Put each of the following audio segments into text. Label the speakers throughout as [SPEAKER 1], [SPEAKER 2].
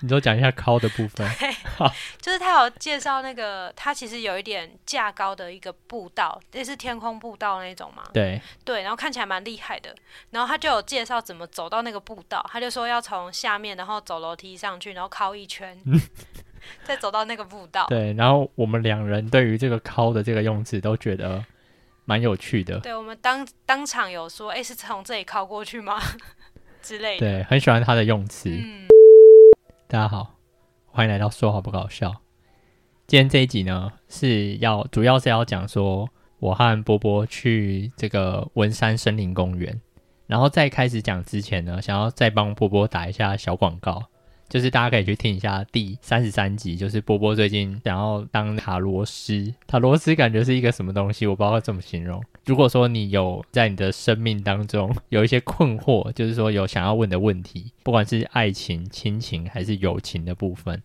[SPEAKER 1] 你都讲一下高的部分。
[SPEAKER 2] 就是他有介绍那个，它其实有一点架高的一个步道，那是天空步道那种嘛。
[SPEAKER 1] 对，
[SPEAKER 2] 对，然后看起来蛮厉害的。然后他就有介绍怎么走到那个步道，他就说要从下面，然后走楼梯上去，然后靠一圈， 再走到那个步道。
[SPEAKER 1] 嗯对，然后我们两人对于这个“敲”的这个用词都觉得蛮有趣的，
[SPEAKER 2] 对，我们当当场有说，哎、是从这里靠过去吗？ 之类的。
[SPEAKER 1] 对，很喜欢他的用词。
[SPEAKER 2] 嗯，
[SPEAKER 1] 大家好，欢迎来到说好不搞笑。今天这一集呢是要主要是要讲说我和波波去这个文山森林公园，然后在开始讲之前呢，想要再帮波波打一下小广告。就是大家可以去听一下第三十三集，就是波波最近想要当塔罗师。塔罗师感觉是一个什么东西，我不知道怎么形容。如果说你有在你的生命当中有一些困惑，就是说有想要问的问题，不管是爱情、亲情还是友情的部分，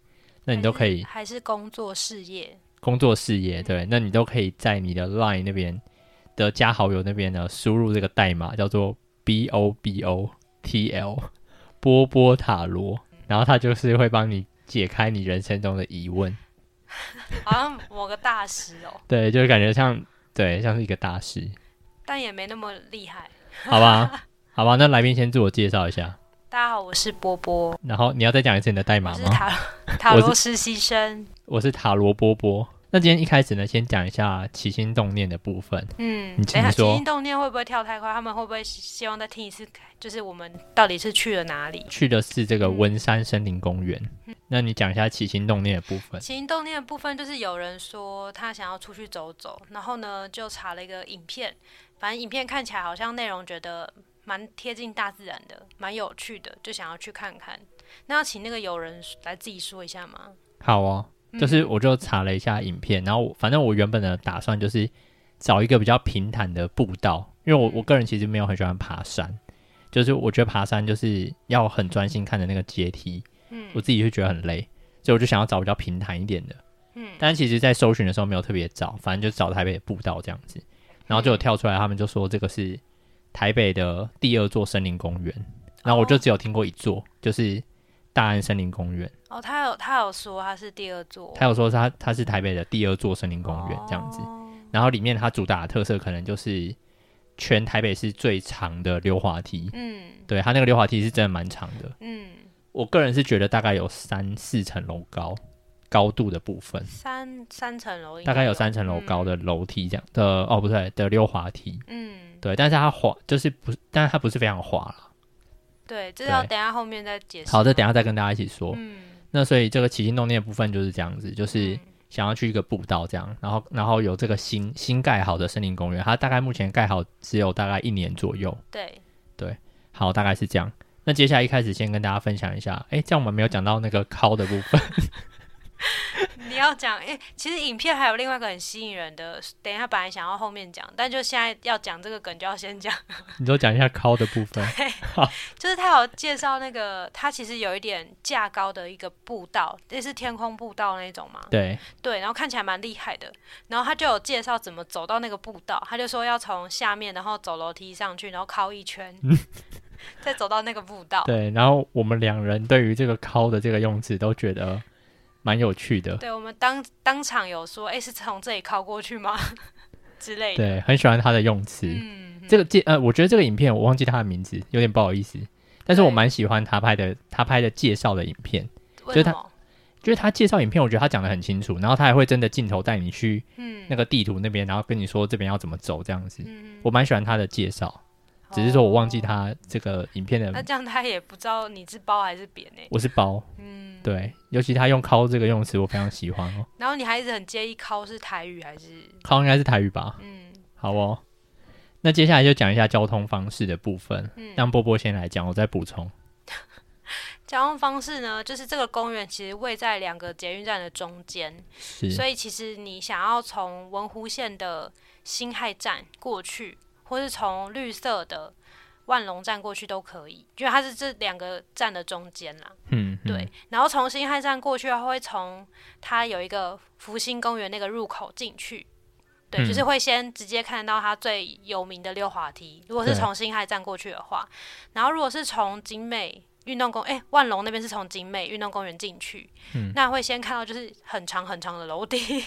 [SPEAKER 1] 那你都可以
[SPEAKER 2] 还是还是工作事业。
[SPEAKER 1] 工作事业，对，那你都可以在你的 LINE 那边的加好友那边呢，输入这个代码叫做 B O B O T L 波波塔罗，然后它就是会帮你解开你人生中的疑问，
[SPEAKER 2] 好像某个大师哦，
[SPEAKER 1] 对，就是感觉像对，像是一个大师，
[SPEAKER 2] 但也没那么厉害。
[SPEAKER 1] 好 吧，好吧，那来宾先自我介绍一下，
[SPEAKER 2] 大家好，我是波波，
[SPEAKER 1] 然后你要再讲一次你的代码
[SPEAKER 2] 我是
[SPEAKER 1] 吗？
[SPEAKER 2] 塔罗塔
[SPEAKER 1] 我是
[SPEAKER 2] 罗实习生。
[SPEAKER 1] 我是塔罗波波。那今天一开始呢，先讲一下起心动念的部分。
[SPEAKER 2] 嗯，
[SPEAKER 1] 你
[SPEAKER 2] 等一
[SPEAKER 1] 请
[SPEAKER 2] 下起
[SPEAKER 1] 说
[SPEAKER 2] 心动念会不会跳太快？他们会不会希希望再听一次？就是我们到底是去了哪里？
[SPEAKER 1] 去的是这个
[SPEAKER 2] 嗯
[SPEAKER 1] 文山森林公园。那你讲一下起心动念的部分。
[SPEAKER 2] 起心动念的部分就是有人说他想要出去走走，然后呢就查了一个影片，反正影片看起来好像内容觉得蛮贴近大自然的，蛮有趣的，就想要去看看。那要请那个友人来自己说一下吗？
[SPEAKER 1] 好哦，
[SPEAKER 2] 嗯
[SPEAKER 1] 就是我就查了一下影片，然后我反正我原本的打算就是找一个比较平坦的步道，因为我
[SPEAKER 2] 嗯
[SPEAKER 1] 我个人其实没有很喜欢爬山，就是我觉得爬山就是要很专心看着那个阶梯，
[SPEAKER 2] 嗯
[SPEAKER 1] 我自己就觉得很累，所以我就想要找比较平坦一点的。
[SPEAKER 2] 嗯
[SPEAKER 1] 但其实，在搜寻的时候没有特别找，反正就找台北的步道这样子，然后就有
[SPEAKER 2] 嗯
[SPEAKER 1] 跳出来，他们就说这个是台北的第二座森林公园，然后我就
[SPEAKER 2] 哦
[SPEAKER 1] 只有听过一座，就是大安森林公园。
[SPEAKER 2] 哦，他有他有说他是第二座
[SPEAKER 1] 他有说他他是台北的第二座森林公园这样子，
[SPEAKER 2] 哦
[SPEAKER 1] 然后里面它主打的特色可能就是全台北市最长的溜滑梯，
[SPEAKER 2] 嗯
[SPEAKER 1] 对它那个溜滑梯是真的蛮长的，
[SPEAKER 2] 嗯，
[SPEAKER 1] 我个人是觉得大概有三四层楼高高度的部分，
[SPEAKER 2] 三三层楼应
[SPEAKER 1] 大概有
[SPEAKER 2] 有
[SPEAKER 1] 三层楼高
[SPEAKER 2] 嗯
[SPEAKER 1] 的楼梯这样的哦不对的溜滑梯，
[SPEAKER 2] 嗯，
[SPEAKER 1] 对，但是它滑就是不，但是它不是非常滑啦。
[SPEAKER 2] 对，这
[SPEAKER 1] 对
[SPEAKER 2] 要等一下后面再解释。
[SPEAKER 1] 好，这等一下再跟大家一起说。
[SPEAKER 2] 嗯，
[SPEAKER 1] 那所以这个起心动念的部分就是这样子，就是。
[SPEAKER 2] 嗯
[SPEAKER 1] 想要去一个步道这样，然后然后有这个新新盖好的森林公园，它大概目前盖好只有大概一年左右，
[SPEAKER 2] 对，
[SPEAKER 1] 好，大概是这样。那接下来一开始先跟大家分享一下，诶，这样我们没有讲到那个靠的部分，
[SPEAKER 2] 你要讲，哎、其实影片还有另外一个很吸引人的，等一下本来想要后面讲，但就现在要讲这个梗就要先讲，
[SPEAKER 1] 你就讲一下靠的部分。
[SPEAKER 2] 就是他有介绍那个，它其实有一点架高的一个步道，那是天空步道那种嘛，
[SPEAKER 1] 对，
[SPEAKER 2] 对，然后看起来蛮厉害的，然后他就有介绍怎么走到那个步道，他就说要从下面，然后走楼梯上去，然后靠 一圈，再走到那个步道。
[SPEAKER 1] 对，然后我们两人对于这个靠的这个用词都觉得蛮有趣的，
[SPEAKER 2] 对，我们当当场有说，哎、是从这里靠过去吗？ 之类的。
[SPEAKER 1] 对，很喜欢它的用词。
[SPEAKER 2] 嗯，
[SPEAKER 1] 这
[SPEAKER 2] 个
[SPEAKER 1] 个介呃，我觉得这个影片我忘记它的名字，有点不好意思，但是我
[SPEAKER 2] 对
[SPEAKER 1] 蛮喜欢他拍的他拍的介绍的影片。就
[SPEAKER 2] 为
[SPEAKER 1] 是他
[SPEAKER 2] 什么？
[SPEAKER 1] 就是他介绍影片，我觉得他讲的很清楚，然后他还会真的镜头带你去
[SPEAKER 2] 嗯
[SPEAKER 1] 那个地图那边，然后跟你说这边要怎么走这样子。
[SPEAKER 2] 嗯，
[SPEAKER 1] 我蛮喜欢他的介绍，只是说我忘记
[SPEAKER 2] 哦呃
[SPEAKER 1] 他这个影片
[SPEAKER 2] 那
[SPEAKER 1] 的，
[SPEAKER 2] 这样他也不知道你是包还是欸扁呢、
[SPEAKER 1] 我是包
[SPEAKER 2] 嗯，。
[SPEAKER 1] 对，尤其他用“靠”这个用词，我非常喜欢哦。
[SPEAKER 2] 然后你还一直很介意靠是台语还是
[SPEAKER 1] 靠应该是台语吧？
[SPEAKER 2] 嗯
[SPEAKER 1] 好哦，那接下来就讲一下交通方式的部分，
[SPEAKER 2] 嗯？
[SPEAKER 1] 让波波先来讲，我再补充。
[SPEAKER 2] 交通方式呢，就是这个公园其实位在两个捷运站的中间，
[SPEAKER 1] 是
[SPEAKER 2] 所以其实你想要从文湖线的新海站过去，或是从绿色的万隆站过去都可以，因为它是这两个站的中间啦。
[SPEAKER 1] 嗯，嗯
[SPEAKER 2] 对，，然后从新汉站过去的话，会从它有一个福星公园那个入口进去。对，就
[SPEAKER 1] 嗯
[SPEAKER 2] 是会先直接看到它最有名的溜滑梯。如果是
[SPEAKER 1] 对
[SPEAKER 2] 从新海站过去的话，然后如果是从景美运动公哎、万隆那边是从景美运动公园进去，
[SPEAKER 1] 嗯
[SPEAKER 2] 那会先看到就是很长很长的楼梯，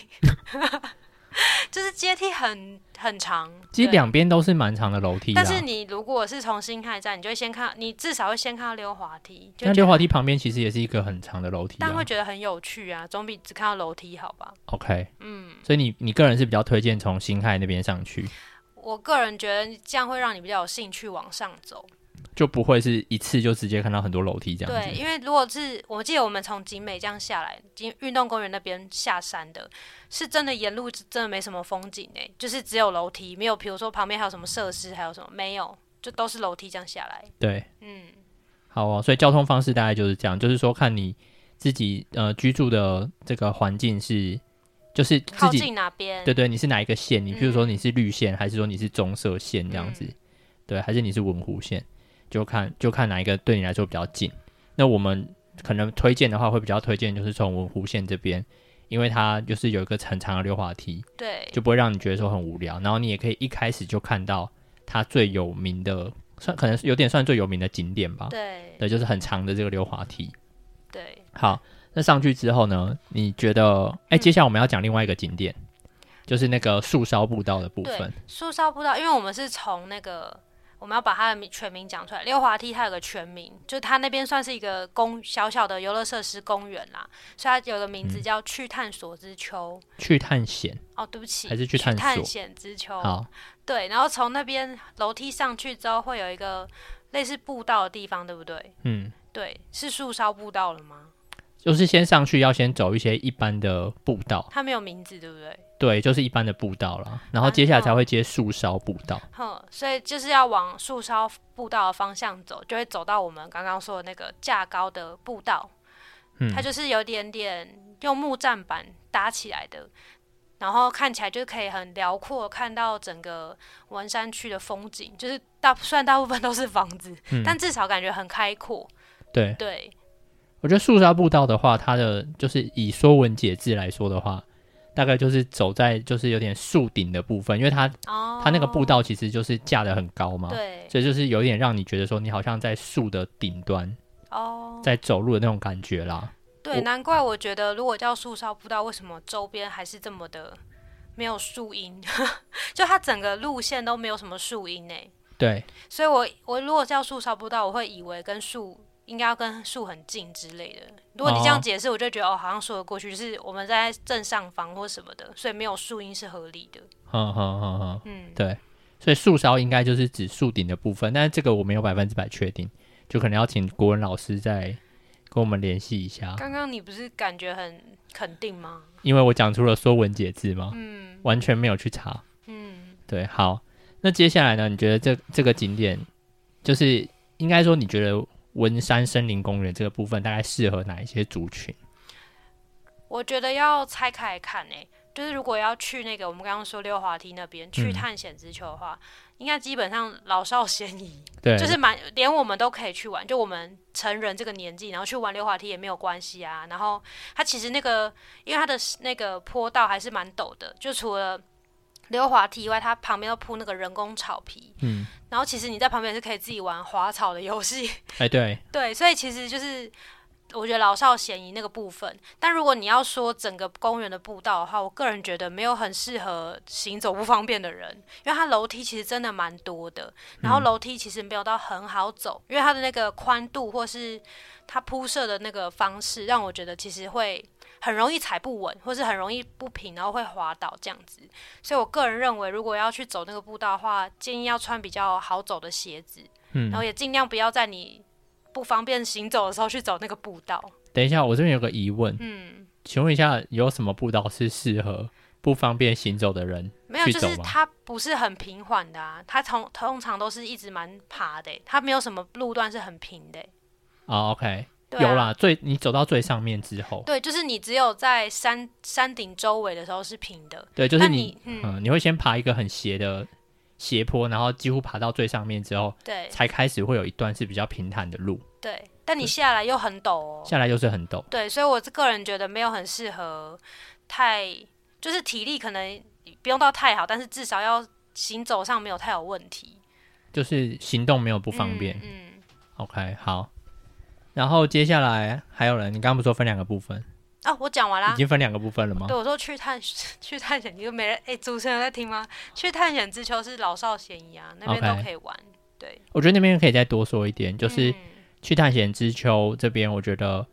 [SPEAKER 2] 就是阶梯很很长，
[SPEAKER 1] 其实
[SPEAKER 2] 对
[SPEAKER 1] 两边都是蛮长的楼梯啦啊
[SPEAKER 2] 但。是你如果是从新开站，你就会先看，你至少会先看到溜滑梯，就
[SPEAKER 1] 那
[SPEAKER 2] 觉
[SPEAKER 1] 溜
[SPEAKER 2] 得
[SPEAKER 1] 滑梯旁边其实也是一个很长的楼梯
[SPEAKER 2] 但
[SPEAKER 1] 啊
[SPEAKER 2] 会。觉得很有趣啊，总比只看到楼梯好吧？
[SPEAKER 1] OK，嗯，所以你你个人是比较推荐从新海那边上去，
[SPEAKER 2] 我个人觉得这样会让你比较有兴趣往上走。
[SPEAKER 1] 就不会是一次就直接看到很多楼梯这样
[SPEAKER 2] 对，
[SPEAKER 1] 子。
[SPEAKER 2] 因为如果是我记得我们从景美这样下来，景运动公园那边下山的，是真的沿路是真的没什么风景诶、就是只有楼梯，没有比如说旁边还有什么设施，还有什么没有，就都是楼梯这样下来。
[SPEAKER 1] 对，
[SPEAKER 2] 嗯，
[SPEAKER 1] 好哦。所以交通方式大概就是这样，就是说看你自己呃居住的这个环境是，就是自
[SPEAKER 2] 靠
[SPEAKER 1] 己
[SPEAKER 2] 近哪边？
[SPEAKER 1] 对对，你是哪一个县？你譬如说
[SPEAKER 2] 嗯
[SPEAKER 1] 你是绿线，还是说你是棕色线这样子？对，还是你是文湖线？就看就看哪一个对你来说比较近。那我们可能推荐的话，会比较推荐就是从文湖线这边，因为它就是有一个很长的溜滑梯，
[SPEAKER 2] 对
[SPEAKER 1] 就不会让你觉得说很无聊。然后你也可以一开始就看到它最有名的，算可能是有点算最有名的景点吧。
[SPEAKER 2] 对
[SPEAKER 1] 对，就是很长的这个溜滑梯。
[SPEAKER 2] 对，
[SPEAKER 1] 好，那上去之后呢？你觉得？哎、
[SPEAKER 2] 嗯
[SPEAKER 1] 接下来我们要讲另外一个景点，就是那个树梢步道的部
[SPEAKER 2] 对
[SPEAKER 1] 分。
[SPEAKER 2] 树梢步道，因为我们是从那个我们要把它的名全名讲出来。溜滑梯它有个全名，就它那边算是一个公小小的游乐设施公园啦，所以它有个名字叫去探索之丘。
[SPEAKER 1] 去探险，
[SPEAKER 2] 哦，对不起，
[SPEAKER 1] 还是去
[SPEAKER 2] 去
[SPEAKER 1] 探索
[SPEAKER 2] 险之丘。
[SPEAKER 1] 好，
[SPEAKER 2] 对，然后从那边楼梯上去之后，会有一个类似步道的地方，对不对？
[SPEAKER 1] 嗯，
[SPEAKER 2] 对，是树梢步道了吗？
[SPEAKER 1] 就是先上去要先走一些一般的步道，
[SPEAKER 2] 它没有名字，对不对？
[SPEAKER 1] 对，就是一般的步道啦。然后
[SPEAKER 2] 啊
[SPEAKER 1] 接下来
[SPEAKER 2] 哦
[SPEAKER 1] 才会接树梢步道，
[SPEAKER 2] 哼，所以就是要往树梢步道的方向走，就会走到我们刚刚说的那个架高的步道。
[SPEAKER 1] 嗯
[SPEAKER 2] 它就是有点点用木栈板搭起来的，然后看起来就可以很辽阔，看到整个文山区的风景。就是大虽然大部分都是房子，
[SPEAKER 1] 嗯
[SPEAKER 2] 但至少感觉很开阔。
[SPEAKER 1] 对，
[SPEAKER 2] 对，
[SPEAKER 1] 我觉得树梢步道的话，它的就是以《说文解字》来说的话，大概就是走在就是有点树顶的部分，因为它
[SPEAKER 2] 哦，
[SPEAKER 1] 它那个步道其实就是架得很高嘛，
[SPEAKER 2] 对，
[SPEAKER 1] 所以就是有点让你觉得说你好像在树的顶端。
[SPEAKER 2] 哦，
[SPEAKER 1] 在走路的那种感觉啦。
[SPEAKER 2] 对，难怪我觉得如果叫树梢步道，为什么周边还是这么的没有树荫？ 就它整个路线都没有什么树荫呢。
[SPEAKER 1] 对，
[SPEAKER 2] 所以我我如果叫树梢步道，我会以为跟树应该要跟树很近之类的。如果你这
[SPEAKER 1] 哦
[SPEAKER 2] 样解释，我就觉得哦，好像说得过去，就是我们在正上方或什么的，所以没有树荫是合理的。
[SPEAKER 1] 哼哼哼哼，
[SPEAKER 2] 嗯，
[SPEAKER 1] 对。所以树梢应该就是指树顶的部分，但是这个我没有百分之百确定，就可能要请国文老师再跟我们联系一下，
[SPEAKER 2] 刚刚你不是感觉很肯定吗？
[SPEAKER 1] 因为我讲出了《说文解字》嘛，嗯，完全没有去查。
[SPEAKER 2] 嗯，
[SPEAKER 1] 对，好，那接下来呢？你觉得这这个景点，就是应该说你觉得文山森林公园这个部分大概适合哪一些族群？
[SPEAKER 2] 我觉得要拆开来看诶、就是如果要去那个我们刚刚说溜滑梯那边去
[SPEAKER 1] 嗯
[SPEAKER 2] 探险之丘的话，应该基本上老少咸宜，
[SPEAKER 1] 对，
[SPEAKER 2] 就是蛮连我们都可以去玩，就我们成人这个年纪，然后去玩溜滑梯也没有关系啊。然后它其实那个，因为它的那个坡道还是蛮陡的，就除了溜滑梯以外，它旁边都铺那个人工草皮，
[SPEAKER 1] 嗯，
[SPEAKER 2] 然后其实你在旁边也是可以自己玩滑草的游戏，
[SPEAKER 1] 哎，对，
[SPEAKER 2] 对，所以其实就是我觉得老少咸宜那个部分。但如果你要说整个公园的步道的话，我个人觉得没有很适合行走不方便的人，因为它楼梯其实真的蛮多的，然后楼梯其实没有到很好走，因为它的那个宽度或是它铺设的那个方式，让我觉得其实会。很容易踩不稳，或是很容易不平，然后会滑倒这样子。所以我个人认为，如果要去走那个步道的话，建议要穿比较好走的鞋子，
[SPEAKER 1] 嗯
[SPEAKER 2] 然，后也尽量不要在你不方便行走的时候去走那个步道。
[SPEAKER 1] 等一下，我这边有个疑问，
[SPEAKER 2] 嗯，
[SPEAKER 1] 请问一下，有什么步道是适合不方便行走的人？
[SPEAKER 2] 没有，
[SPEAKER 1] 去
[SPEAKER 2] 就
[SPEAKER 1] 走
[SPEAKER 2] 是
[SPEAKER 1] 吗
[SPEAKER 2] 它不是很平缓的啊，它通通常都是一直蛮爬的欸、它没有什么路段是很平的欸、
[SPEAKER 1] 啊，OK，
[SPEAKER 2] 对啊
[SPEAKER 1] 有啦，最你走到最上面之后，
[SPEAKER 2] 对，就是你只有在山山顶周围的时候是平的，
[SPEAKER 1] 对，就是
[SPEAKER 2] 那
[SPEAKER 1] 你
[SPEAKER 2] 你，嗯
[SPEAKER 1] 嗯，你会先爬一个很斜的斜坡，然后几乎爬到最上面之后，
[SPEAKER 2] 对
[SPEAKER 1] 才开始会有一段是比较平坦的路，
[SPEAKER 2] 对，但你下来又很陡哦。
[SPEAKER 1] 下来又是很陡，
[SPEAKER 2] 对，所以我个人觉得没有很适合太，就是体力可能不用到太好，但是至少要行走上没有太有问题，
[SPEAKER 1] 就是行动没有不方便。
[SPEAKER 2] 嗯，嗯
[SPEAKER 1] OK，好，然后接下来还有人，你刚刚不是说分两个部分，
[SPEAKER 2] 啊，我讲完啦
[SPEAKER 1] 已。经分两个部分了吗
[SPEAKER 2] 对，？我说去探去探险， 你就没人哎、主持人有在听吗？去探险之丘是老少咸宜啊，那边
[SPEAKER 1] OK
[SPEAKER 2] 都可以玩。对，
[SPEAKER 1] 我觉得那边可以再多说一点，就是
[SPEAKER 2] 嗯
[SPEAKER 1] 去探险之丘这边，我觉得，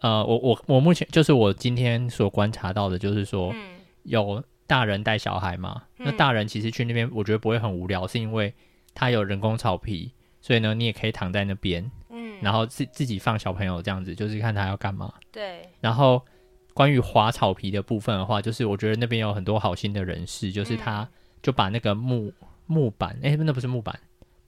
[SPEAKER 1] 呃，我我我目前就是我今天所观察到的，就是说
[SPEAKER 2] 嗯
[SPEAKER 1] 有大人带小孩嘛，那
[SPEAKER 2] 嗯
[SPEAKER 1] 大人其实去那边我觉得不会很无聊，是因为它有人工草皮，所以呢，你也可以躺在那边，
[SPEAKER 2] 嗯，
[SPEAKER 1] 然后自自己放小朋友这样子，就是看他要干嘛。
[SPEAKER 2] 对，
[SPEAKER 1] 然后关于滑草皮的部分的话，就是我觉得那边有很多好心的人士，就是
[SPEAKER 2] 嗯
[SPEAKER 1] 他就把那个木木板，哎、那不是木板，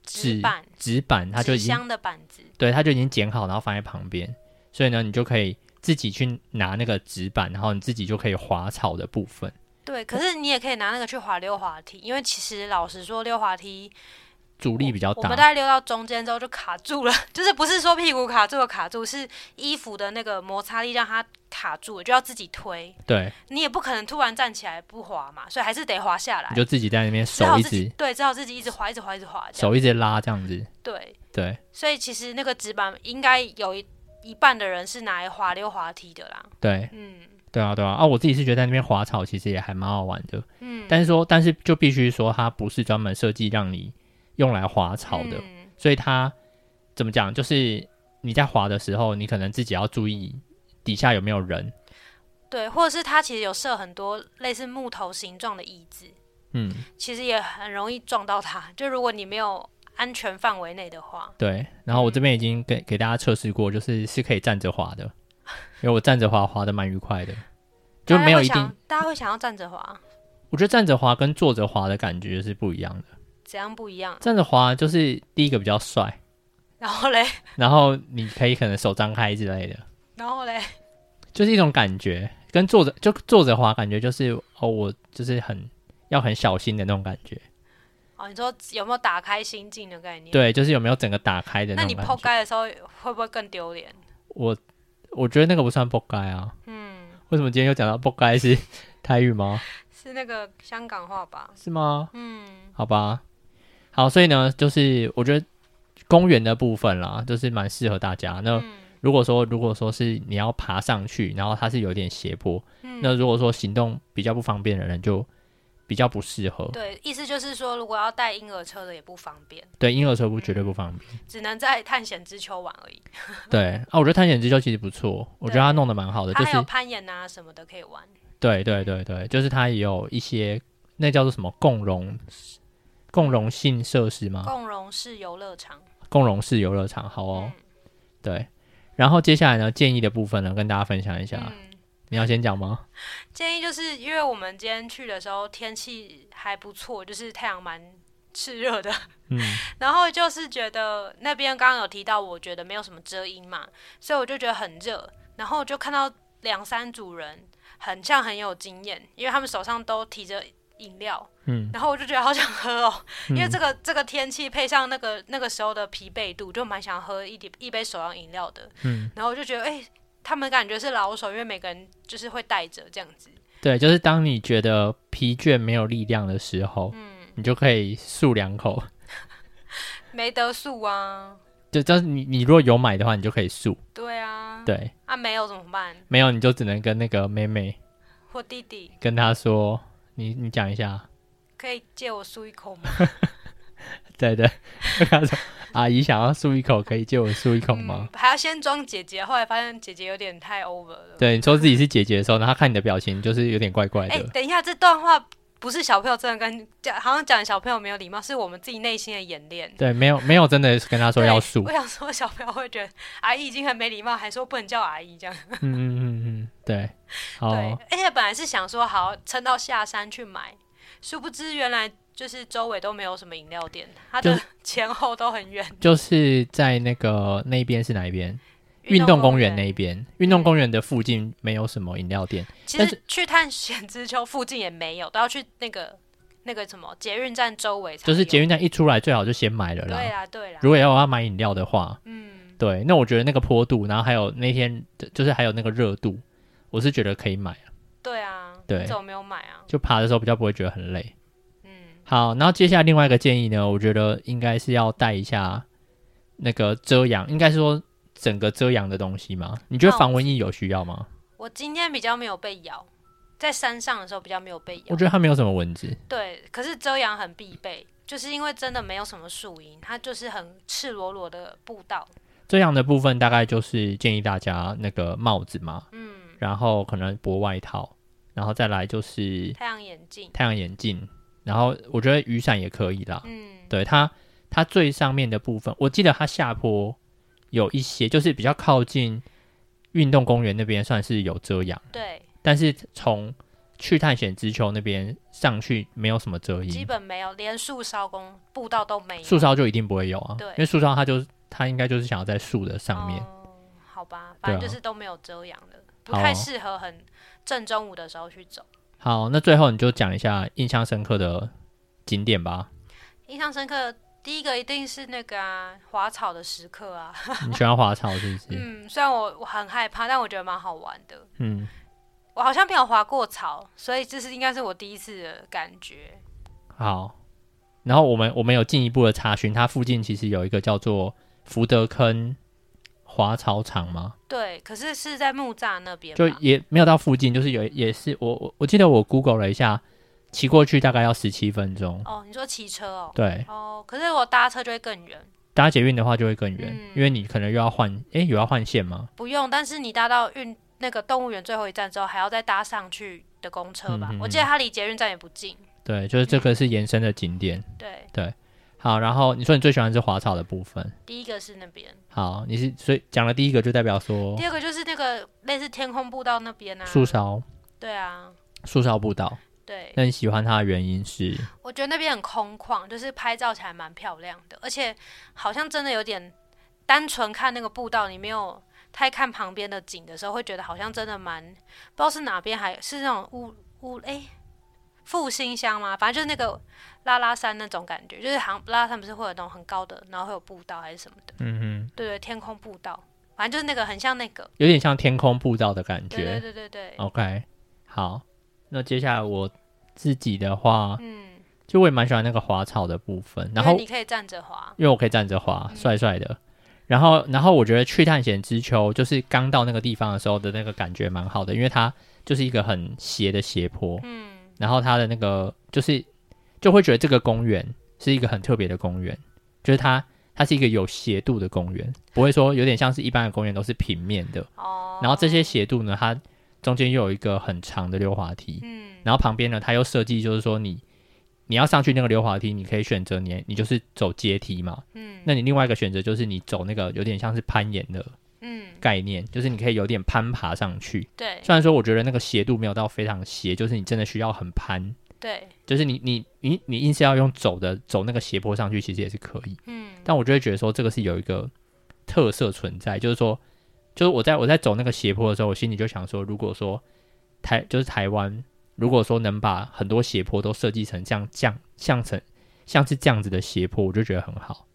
[SPEAKER 2] 纸板
[SPEAKER 1] 纸板，他就
[SPEAKER 2] 纸
[SPEAKER 1] 已经
[SPEAKER 2] 箱的板子，
[SPEAKER 1] 对，他就已经剪好，然后放在旁边，所以呢，你就可以自己去拿那个纸板，然后你自己就可以滑草的部分。
[SPEAKER 2] 对，可是你也可以拿那个去滑溜滑梯，因为其实老实说，溜滑梯
[SPEAKER 1] 阻力比较
[SPEAKER 2] 我们
[SPEAKER 1] 大
[SPEAKER 2] 大，概溜到中间之后就卡住了， 就是不是说屁股卡住了卡住，是衣服的那个摩擦力让它卡住了，就要自己推，
[SPEAKER 1] 对，
[SPEAKER 2] 你也不可能突然站起来不滑嘛，所以还是得滑下来
[SPEAKER 1] 你，就自己在那边
[SPEAKER 2] 只好
[SPEAKER 1] 手一
[SPEAKER 2] 自己
[SPEAKER 1] 直
[SPEAKER 2] 对，只好自己一直滑，一直滑，一直滑，这样
[SPEAKER 1] 手一直拉这样子，
[SPEAKER 2] 对，
[SPEAKER 1] 对，
[SPEAKER 2] 所以其实那个纸板应该有一一半的人是拿来滑溜滑梯的啦，
[SPEAKER 1] 对，
[SPEAKER 2] 嗯
[SPEAKER 1] 对啊，对啊，啊，我自己是觉得在那边滑草其实也还蛮好玩的，
[SPEAKER 2] 嗯，
[SPEAKER 1] 但是说，但是就必须说它不是专门设计让你用来滑草的，
[SPEAKER 2] 嗯
[SPEAKER 1] 所以它怎么讲，就是你在滑的时候，你可能自己要注意底下有没有人，
[SPEAKER 2] 对，或者是它其实有设很多类似木头形状的椅子，
[SPEAKER 1] 嗯，
[SPEAKER 2] 其实也很容易撞到它，就如果你没有安全范围内的话，
[SPEAKER 1] 对，然后我这边已经给给大家测试过，
[SPEAKER 2] 嗯
[SPEAKER 1] 就是是可以站着滑的，因为我站着滑滑的蛮愉快 的，就没有一
[SPEAKER 2] 大家会
[SPEAKER 1] 定
[SPEAKER 2] 想，大家会想要站着滑，
[SPEAKER 1] 我觉得站着滑跟坐着滑的感觉是不一样的。
[SPEAKER 2] 怎样不一样？
[SPEAKER 1] 站着滑就是第一个比较帅，
[SPEAKER 2] 然后嘞，
[SPEAKER 1] 然后你可以可能手张开之类的，
[SPEAKER 2] 然后嘞，
[SPEAKER 1] 就是一种感觉，跟坐着就坐着滑感觉就是哦，我就是很要很小心的那种感觉，
[SPEAKER 2] 哦，你说有没有打开心境的概念？，
[SPEAKER 1] 对，就是有没有整个打开的
[SPEAKER 2] 嗯那
[SPEAKER 1] 种
[SPEAKER 2] 你
[SPEAKER 1] 感
[SPEAKER 2] 抛
[SPEAKER 1] 觉。
[SPEAKER 2] 开的时候会不会更丢脸？
[SPEAKER 1] 我我觉得那个不算不该啊，
[SPEAKER 2] 嗯，
[SPEAKER 1] 为什么今天又讲到不该是 台语吗？
[SPEAKER 2] 是那个香港话吧？
[SPEAKER 1] 是吗？
[SPEAKER 2] 嗯
[SPEAKER 1] 好吧，好，所以呢，就是我觉得公园的部分啦，就是蛮适合大家。那
[SPEAKER 2] 嗯
[SPEAKER 1] 如果说如果说是你要爬上去，然后它是有点斜坡，
[SPEAKER 2] 嗯，
[SPEAKER 1] 那如果说行动比较不方便的人就比较不适合。
[SPEAKER 2] 对，意思就是说，如果要带婴儿车的也不方便，
[SPEAKER 1] 对，婴儿车不绝对不方便。
[SPEAKER 2] 只能在探险之丘玩而已。
[SPEAKER 1] 对啊，我觉得探险之丘其实不错，我觉得它弄得蛮好的，
[SPEAKER 2] 它
[SPEAKER 1] 呃就
[SPEAKER 2] 还有
[SPEAKER 1] 是
[SPEAKER 2] 攀岩啊什么的可以玩。
[SPEAKER 1] 对对对对，就是它也有一些那叫做什么共融共融性设施吗？
[SPEAKER 2] 共融式游乐场，
[SPEAKER 1] 共融式游乐场，好哦。
[SPEAKER 2] 嗯
[SPEAKER 1] 对，然后接下来呢，建议的部分呢，跟大家分享一下。
[SPEAKER 2] 嗯，
[SPEAKER 1] 你要先讲吗？
[SPEAKER 2] 建议就是因为我们今天去的时候天气还不错，就是太阳蛮炽热的，
[SPEAKER 1] 嗯，
[SPEAKER 2] 然后就是觉得那边刚刚有提到，我觉得没有什么遮阴嘛，所以我就觉得很热，然后就看到两三组人很像很有经验，因为他们手上都提着饮料，
[SPEAKER 1] 嗯，
[SPEAKER 2] 然后我就觉得好想喝哦， 因为
[SPEAKER 1] 嗯
[SPEAKER 2] 这个这个天气配上那个那个时候的疲惫度，就蛮想喝一点一杯手摇饮料的，
[SPEAKER 1] 嗯，
[SPEAKER 2] 然后我就觉得哎、他们感觉是老手，因为每个人就是会带着这样子。
[SPEAKER 1] 对，就是当你觉得疲倦没有力量的时候，嗯，你就可以漱两口。
[SPEAKER 2] 没得诉啊，
[SPEAKER 1] 就就是你你如果有买的话，你就可以漱。
[SPEAKER 2] 对啊，
[SPEAKER 1] 对，
[SPEAKER 2] 啊没有怎么办？
[SPEAKER 1] 没有你就只能跟那个妹妹
[SPEAKER 2] 或弟弟
[SPEAKER 1] 跟她说，你你讲一下。
[SPEAKER 2] 可以借我漱一口吗？
[SPEAKER 1] 对 对，跟她说阿姨想要漱一口，可以借我漱一口吗？
[SPEAKER 2] 嗯？还要先装姐姐，后来发现姐姐有点太 over 了。
[SPEAKER 1] 对，你说自己是姐姐的时候，然后她看你的表情就是有点怪怪的。
[SPEAKER 2] 哎、等一下，这段话不是小朋友真的跟讲，好像讲小朋友没有礼貌，是我们自己内心的演练。
[SPEAKER 1] 对，没有没有真的跟她说
[SPEAKER 2] 对
[SPEAKER 1] 要漱。
[SPEAKER 2] 我想说小朋友会觉得阿姨已经很没礼貌，还说不能叫阿姨这样。
[SPEAKER 1] 嗯嗯嗯嗯，对，好。
[SPEAKER 2] 对，而且本来是想说好撑到下山去买，殊不知原来就是周围都没有什么饮料店，它
[SPEAKER 1] 就
[SPEAKER 2] 的 前后都很远。
[SPEAKER 1] 就是在那个那一边是哪一边？运动公园那一边，运动公园的附近没有什么饮料店。
[SPEAKER 2] 其
[SPEAKER 1] 但
[SPEAKER 2] 实去探险之丘附近也没有，都要去那个那个什么捷运站周围才有。
[SPEAKER 1] 就是捷运站一出来，最好就先买了
[SPEAKER 2] 对
[SPEAKER 1] 啦。
[SPEAKER 2] 啦对啦，
[SPEAKER 1] 如果要要买饮料的话，
[SPEAKER 2] 嗯，
[SPEAKER 1] 对，那我觉得那个坡度，然后还有那天就是还有那个热度，我是觉得可以买，
[SPEAKER 2] 对啊，
[SPEAKER 1] 对
[SPEAKER 2] 你怎么没有买啊？
[SPEAKER 1] 就爬的时候比较不会觉得很累。
[SPEAKER 2] 嗯，
[SPEAKER 1] 好，然后接下来另外一个建议呢，我觉得应该是要带一下那个遮阳，应该是说整个遮阳的东西吗？你觉得
[SPEAKER 2] 帽
[SPEAKER 1] 防蚊衣有需要吗？
[SPEAKER 2] 我今天比较没有被咬，在山上的时候比较没有被咬
[SPEAKER 1] 我。觉得它没有什么蚊子。
[SPEAKER 2] 对，可是遮阳很必备，就是因为真的没有什么树荫，它就是很赤裸裸的步道。
[SPEAKER 1] 遮阳的部分大概就是建议大家那个帽子嘛，
[SPEAKER 2] 嗯，
[SPEAKER 1] 然后可能薄外套，然后再来就是
[SPEAKER 2] 太阳眼镜，
[SPEAKER 1] 太阳眼镜，然后我觉得雨伞也可以啦。
[SPEAKER 2] 嗯，
[SPEAKER 1] 对它，它最上面的部分，我记得它下坡有一些，就是比较靠近运动公园那边算是有遮阳，
[SPEAKER 2] 对，
[SPEAKER 1] 但是从去探险之丘那边上去没有什么遮
[SPEAKER 2] 基
[SPEAKER 1] 阴，
[SPEAKER 2] 本没有，连树梢工步道都没有。
[SPEAKER 1] 嗯树梢就一定不会有啊，
[SPEAKER 2] 对
[SPEAKER 1] 因为树梢它就它应该就是想要在树的上面。
[SPEAKER 2] 哦好吧，反正
[SPEAKER 1] 对啊
[SPEAKER 2] 就是都没有遮阳的，不
[SPEAKER 1] 好
[SPEAKER 2] 太适合很正中午的时候去走。
[SPEAKER 1] 好，那最后你就讲一下印象深刻的景点吧，
[SPEAKER 2] 印象深刻，第一个一定是那个啊，滑草的时刻啊。
[SPEAKER 1] 你喜欢滑草是不是？
[SPEAKER 2] 嗯，虽然我我很害怕，但我觉得蛮好玩的。
[SPEAKER 1] 嗯，
[SPEAKER 2] 我好像没有滑过草，所以这是应该是我第一次的感觉。
[SPEAKER 1] 好。然后我们我们有进一步的查询，它附近其实有一个叫做福德坑滑草场吗？
[SPEAKER 2] 对，可是是在木栅那边
[SPEAKER 1] 就
[SPEAKER 2] 吧，
[SPEAKER 1] 也没有到附近，就是有也是我我我记得我 Google 了一下，骑过去大概要十七分钟。
[SPEAKER 2] 哦，你说骑车哦，
[SPEAKER 1] 对，
[SPEAKER 2] 哦，可是我搭车就会更远，
[SPEAKER 1] 搭捷运的话就会更远，
[SPEAKER 2] 嗯
[SPEAKER 1] 因为你可能又要换，诶，有要换线吗？
[SPEAKER 2] 不用。但是你搭到运那个动物园最后一站之后，还要再搭上去的公车吧？
[SPEAKER 1] 嗯嗯嗯
[SPEAKER 2] 我记得它离捷运站也不近。
[SPEAKER 1] 对，就是这
[SPEAKER 2] 嗯
[SPEAKER 1] 个是延伸的景点。
[SPEAKER 2] 对，
[SPEAKER 1] 好，然后你说你最喜欢的是滑草的部分。
[SPEAKER 2] 第一个是那边，
[SPEAKER 1] 好，你是所以讲了第一个就代表说
[SPEAKER 2] 第二个就是那个类似天空步道那边啊。
[SPEAKER 1] 哦树梢
[SPEAKER 2] 对啊，
[SPEAKER 1] 树梢步道，
[SPEAKER 2] 对，
[SPEAKER 1] 那你喜欢它的原因是
[SPEAKER 2] 我觉得那边很空旷，就是拍照起来蛮漂亮的，而且好像真的有点单纯看那个步道，你没有太看旁边的景的时候，会觉得好像真的蛮不知道是哪边还是那种乌乌哎复兴乡吗？反正就是那个拉拉山那种感觉，就是好像拉拉山不是会有那种很高的，然后会有步道还是什么的，
[SPEAKER 1] 嗯哼，
[SPEAKER 2] 对对，天空步道，反正就是那个很像那个，
[SPEAKER 1] 有点像天空步道的感觉。
[SPEAKER 2] 对对对对对，
[SPEAKER 1] OK，好，那接下来我自己的话，
[SPEAKER 2] 嗯，
[SPEAKER 1] 就我也蛮喜欢那个滑草的部分，然
[SPEAKER 2] 因
[SPEAKER 1] 后
[SPEAKER 2] 为你可以站着滑，
[SPEAKER 1] 因为我可以站着滑，
[SPEAKER 2] 嗯
[SPEAKER 1] 帅帅的。然后，然后我觉得去探险之丘就是刚到那个地方的时候的那个感觉蛮好的，因为它就是一个很斜的斜坡，
[SPEAKER 2] 嗯，
[SPEAKER 1] 然后它的那个就是就会觉得这个公园是一个很特别的公园，就是它它是一个有斜度的公园，不会说有点像是一般的公园都是平面的，
[SPEAKER 2] 哦，
[SPEAKER 1] 然后这些斜度呢，它中间又有一个很长的溜滑梯，
[SPEAKER 2] 嗯，
[SPEAKER 1] 然后旁边呢，它又设计就是说你你要上去那个溜滑梯，你可以选择你你就是走阶梯嘛，
[SPEAKER 2] 嗯
[SPEAKER 1] 那你另外一个选择就是你走那个有点像是攀岩的
[SPEAKER 2] 嗯，
[SPEAKER 1] 概念，就是你可以有点攀爬上去。
[SPEAKER 2] 对
[SPEAKER 1] 虽然说我觉得那个斜度没有到非常斜，就是你真的需要很攀，
[SPEAKER 2] 对，
[SPEAKER 1] 就是你你你你硬是要用走的走那个斜坡上去，其实也是可以。
[SPEAKER 2] 嗯。
[SPEAKER 1] 但我就会觉得说这个是有一个特色存在，就是说，就是我在我在走那个斜坡的时候，我心里就想说，如果说台就是台湾，如果说能把很多斜坡都设计成像像像成像是这样子的斜坡，我就觉得很好。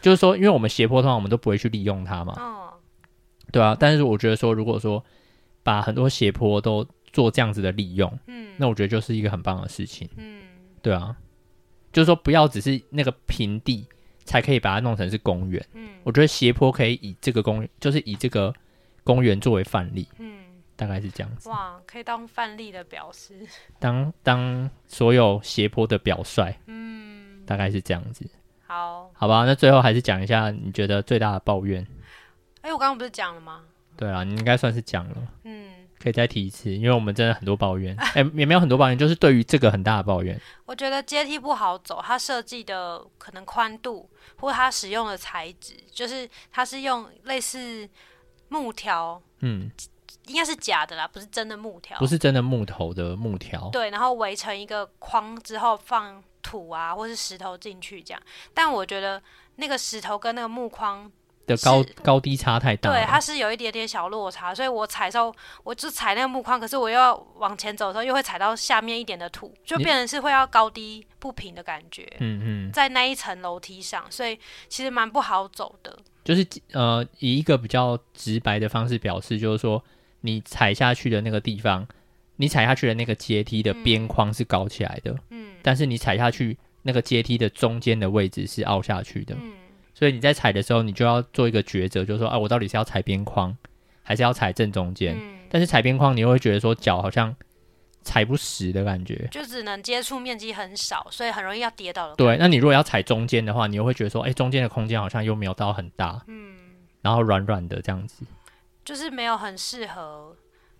[SPEAKER 1] 就是说，因为我们斜坡通常我们都不会去利用它嘛，
[SPEAKER 2] 哦，
[SPEAKER 1] 对啊。但是我觉得说，如果说把很多斜坡都做这样子的利用，
[SPEAKER 2] 嗯，
[SPEAKER 1] 那我觉得就是一个很棒的事情。
[SPEAKER 2] 嗯
[SPEAKER 1] 对啊，就是说不要只是那个平地才可以把它弄成是公园。
[SPEAKER 2] 嗯
[SPEAKER 1] 我觉得斜坡可以以这个公，就是以这个公园作为范例，
[SPEAKER 2] 嗯，
[SPEAKER 1] 大概是这样子。
[SPEAKER 2] 哇，可以当范例的表示，
[SPEAKER 1] 当当所有斜坡的表率，
[SPEAKER 2] 嗯，
[SPEAKER 1] 大概是这样子，
[SPEAKER 2] 好，
[SPEAKER 1] 好吧？那最后还是讲一下你觉得最大的抱怨。
[SPEAKER 2] 哎、我刚刚不是讲了吗？
[SPEAKER 1] 对啊，你应该算是讲了，
[SPEAKER 2] 嗯，
[SPEAKER 1] 可以再提一次，因为我们真的很多抱怨， 哎、也没有很多抱怨，就是对于这个很大的抱怨。
[SPEAKER 2] 我觉得阶梯不好走，它设计的可能宽度或它使用的材质，就是它是用类似木条，
[SPEAKER 1] 嗯，
[SPEAKER 2] 应该是假的啦，不是真的木条，
[SPEAKER 1] 不是真的木头的木条，
[SPEAKER 2] 哦对，然后围成一个框之后放土啊或是石头进去这样，但我觉得那个石头跟那个木框
[SPEAKER 1] 的高
[SPEAKER 2] 是
[SPEAKER 1] 高低差太大了。
[SPEAKER 2] 对，它是有一点点小落差，所以我踩的时候，我就踩那个木框，可是我又要往前走的时候，又会踩到下面一点的土，就
[SPEAKER 1] 你
[SPEAKER 2] 变成是会要高低不平的感觉，
[SPEAKER 1] 嗯嗯，
[SPEAKER 2] 在那一层楼梯上，所以其实蛮不好走的。
[SPEAKER 1] 就是呃，以一个比较直白的方式表示，就是说你踩下去的那个地方，你踩下去的那个阶梯的边框是高起来的，
[SPEAKER 2] 嗯
[SPEAKER 1] 但是你踩下去那个阶梯的中间的位置是凹下去的，
[SPEAKER 2] 嗯，
[SPEAKER 1] 所所以你在踩的时候，你就要做一个抉择，就是说啊，我到底是要踩边框，还是要踩正中间？
[SPEAKER 2] 嗯，
[SPEAKER 1] 但是踩边框，你又会觉得说脚好像踩不实的感觉。
[SPEAKER 2] 就只能接触面积很少，所以很容易要跌倒的。
[SPEAKER 1] 对，那你如果要踩中间的话，你又会觉得说，哎、中间的空间好像又没有到很大，
[SPEAKER 2] 嗯，
[SPEAKER 1] 然后软软的这样子。
[SPEAKER 2] 就是没有很适合，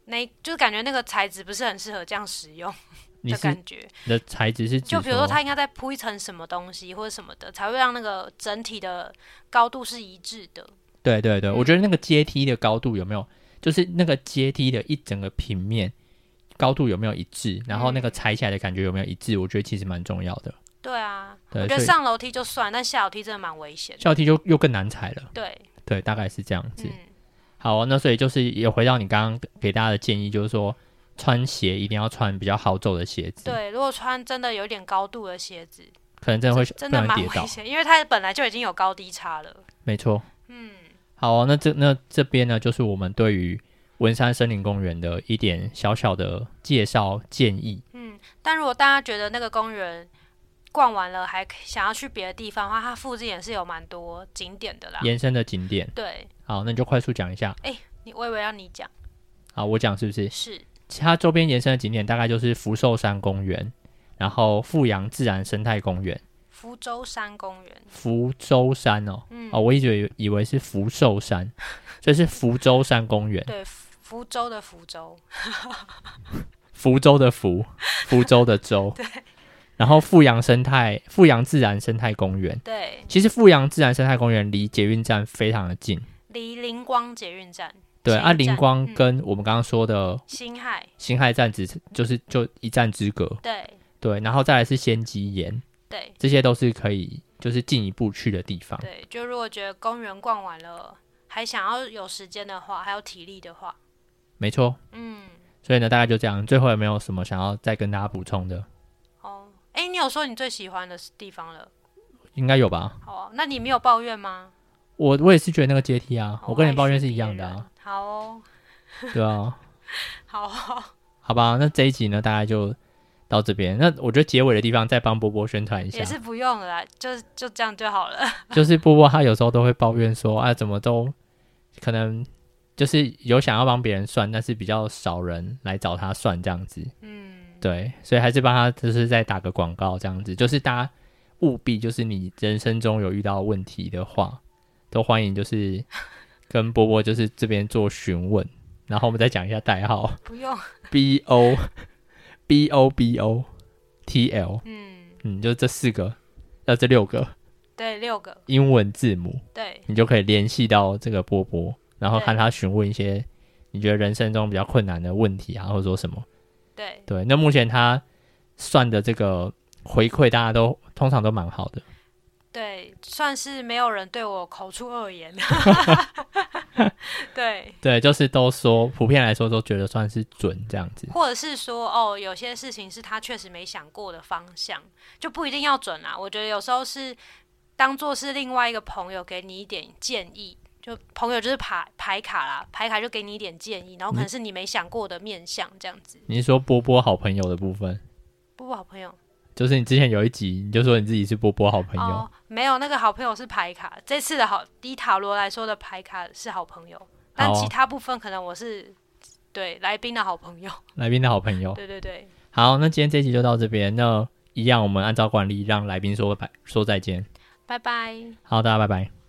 [SPEAKER 2] 那就是感觉那个材质不是很适合这样使用
[SPEAKER 1] 你
[SPEAKER 2] 的
[SPEAKER 1] 是
[SPEAKER 2] 感觉。
[SPEAKER 1] 你的材质是指
[SPEAKER 2] 就比如说，它应该再铺一层什么东西或者什么的，才会让那个整体的高度是一致的。
[SPEAKER 1] 对对对，
[SPEAKER 2] 嗯
[SPEAKER 1] 我觉得那个阶梯的高度有没有，就是那个阶梯的一整个平面高度有没有一致，然后那个
[SPEAKER 2] 嗯
[SPEAKER 1] 踩起来的感觉有没有一致，我觉得其实蛮重要的。
[SPEAKER 2] 对啊，
[SPEAKER 1] 对
[SPEAKER 2] 我觉得
[SPEAKER 1] 所以
[SPEAKER 2] 上楼梯就算，但下楼梯真的蛮危险的。
[SPEAKER 1] 校梯就又更难踩了，
[SPEAKER 2] 对，
[SPEAKER 1] 对，大概是这样子。
[SPEAKER 2] 嗯，
[SPEAKER 1] 好、那所以就是也回到你刚刚给大家的建议，就是说穿鞋一定要穿比较好走的鞋子，
[SPEAKER 2] 对，如果穿真的有点高度的鞋子，
[SPEAKER 1] 可能真的会
[SPEAKER 2] 真
[SPEAKER 1] 不
[SPEAKER 2] 的
[SPEAKER 1] 然
[SPEAKER 2] 蛮
[SPEAKER 1] 跌
[SPEAKER 2] 危
[SPEAKER 1] 倒。
[SPEAKER 2] 险，因为它本来就已经有高低差了。
[SPEAKER 1] 没错。
[SPEAKER 2] 嗯，
[SPEAKER 1] 好、哦那这那这边呢，就是我们对于文山森林公园的一点小小的介绍建议。
[SPEAKER 2] 嗯，但如果大家觉得那个公园逛完了还想要去别的地方的话，它附近也是有蛮多景点的啦。
[SPEAKER 1] 延伸的景点，
[SPEAKER 2] 对，
[SPEAKER 1] 好，那你就快速讲一下。
[SPEAKER 2] 你我以为让你讲
[SPEAKER 1] 好，我讲是不是？
[SPEAKER 2] 是，
[SPEAKER 1] 其他周边延伸的景点大概就是福寿山公园，然后富阳自然生态公园、
[SPEAKER 2] 福州山公园，
[SPEAKER 1] 福州山哦，
[SPEAKER 2] 嗯，
[SPEAKER 1] 哦，我一直以以为是福寿山，这是福州山公园，
[SPEAKER 2] 对，福福州的福州，
[SPEAKER 1] 福州的福，福州的 州，然后富阳生态、富阳自然生态公园，
[SPEAKER 2] 对，
[SPEAKER 1] 其实富阳自然生态公园离捷运站非常的近，
[SPEAKER 2] 离灵光捷运站，
[SPEAKER 1] 对，
[SPEAKER 2] 捷运
[SPEAKER 1] 啊，灵
[SPEAKER 2] 站
[SPEAKER 1] 光
[SPEAKER 2] 嗯
[SPEAKER 1] 跟我们刚刚说的
[SPEAKER 2] 新海，
[SPEAKER 1] 新海站只就是就一站之隔，
[SPEAKER 2] 对
[SPEAKER 1] 对，然后再来是仙鸡岩，
[SPEAKER 2] 对
[SPEAKER 1] 这些都是可以就是进一步去的地方。
[SPEAKER 2] 对，就如果觉得公园逛完了，还想要有时间的话，还有体力的话，
[SPEAKER 1] 没错，
[SPEAKER 2] 嗯，
[SPEAKER 1] 所以呢，大概就这样。最后有没有什么想要再跟大家补充的？
[SPEAKER 2] 哦，哎，你有说你最喜欢的地方了，
[SPEAKER 1] 应该有吧。
[SPEAKER 2] 好啊、那你没有抱怨吗？
[SPEAKER 1] 我我也是觉得那个阶梯啊，
[SPEAKER 2] 好
[SPEAKER 1] 我跟你抱怨是一样的啊，，
[SPEAKER 2] 还是别人好哦，
[SPEAKER 1] 对啊，
[SPEAKER 2] 好哦，
[SPEAKER 1] 好吧，那这一集呢，大概就到这边。那我觉得结尾的地方再帮波波宣传一下
[SPEAKER 2] 也，是不用了啦，就就这样就好了，
[SPEAKER 1] 就是波波他有时候都会抱怨说啊，怎么都可能就是有想要帮别人算，但是比较少人来找他算这样子。
[SPEAKER 2] 嗯，
[SPEAKER 1] 对，所以还是帮他就是再打个广告这样子，就是大家务必就是你人生中有遇到问题的话，都欢迎就是跟波波就是这边做询问，然后我们再讲一下代号
[SPEAKER 2] 不用，
[SPEAKER 1] B O B O B O T L，
[SPEAKER 2] 嗯，
[SPEAKER 1] 嗯，就这四个，呃，这六个
[SPEAKER 2] 对，六个，
[SPEAKER 1] 英文字母，
[SPEAKER 2] 对，
[SPEAKER 1] 你就可以联系到这个波波，然后
[SPEAKER 2] 对
[SPEAKER 1] 和他询问一些你觉得人生中比较困难的问题啊，或者说什么。
[SPEAKER 2] 对，
[SPEAKER 1] 对，那目前他算的这个回馈，大家都通常都蛮好的。
[SPEAKER 2] 对，算是没有人对我口出恶言。 对，
[SPEAKER 1] 对，就是都说普遍来说都觉得算是准这样子。
[SPEAKER 2] 或者是说，哦，有些事情是他确实没想过的方向，就不一定要准啊啦。我觉得有时候是当做是另外一个朋友给你一点建议，就朋友就是牌牌卡啦，牌卡就给你一点建议，然后可能是你没想过的面向这样子。
[SPEAKER 1] 你是说波波好朋友的部分，
[SPEAKER 2] 不不，好朋友
[SPEAKER 1] 就是你之前有一集你就说你自己是波波好朋友，
[SPEAKER 2] 哦，没有那个好朋友是牌卡，这次的好低塔罗来说的牌卡是好朋友，但
[SPEAKER 1] 好哦
[SPEAKER 2] 其他部分可能我是对来宾的好朋友。
[SPEAKER 1] 来宾的好朋友。
[SPEAKER 2] 对对对，
[SPEAKER 1] 好，那今天这一集就到这边。那一样，我们按照惯例让来宾说拜说再见。
[SPEAKER 2] 拜拜。
[SPEAKER 1] 好，大家拜拜。